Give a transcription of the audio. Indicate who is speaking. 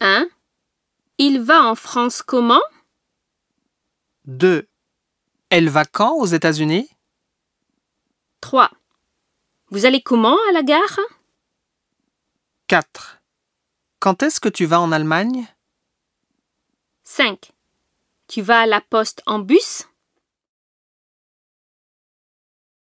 Speaker 1: 1. Il va en France comment
Speaker 2: 2. Elle va quand aux États-Unis
Speaker 1: 3. Vous allez comment à la gare
Speaker 2: 4. Quand est-ce que tu vas en Allemagne
Speaker 1: 5. Tu vas à la poste en bus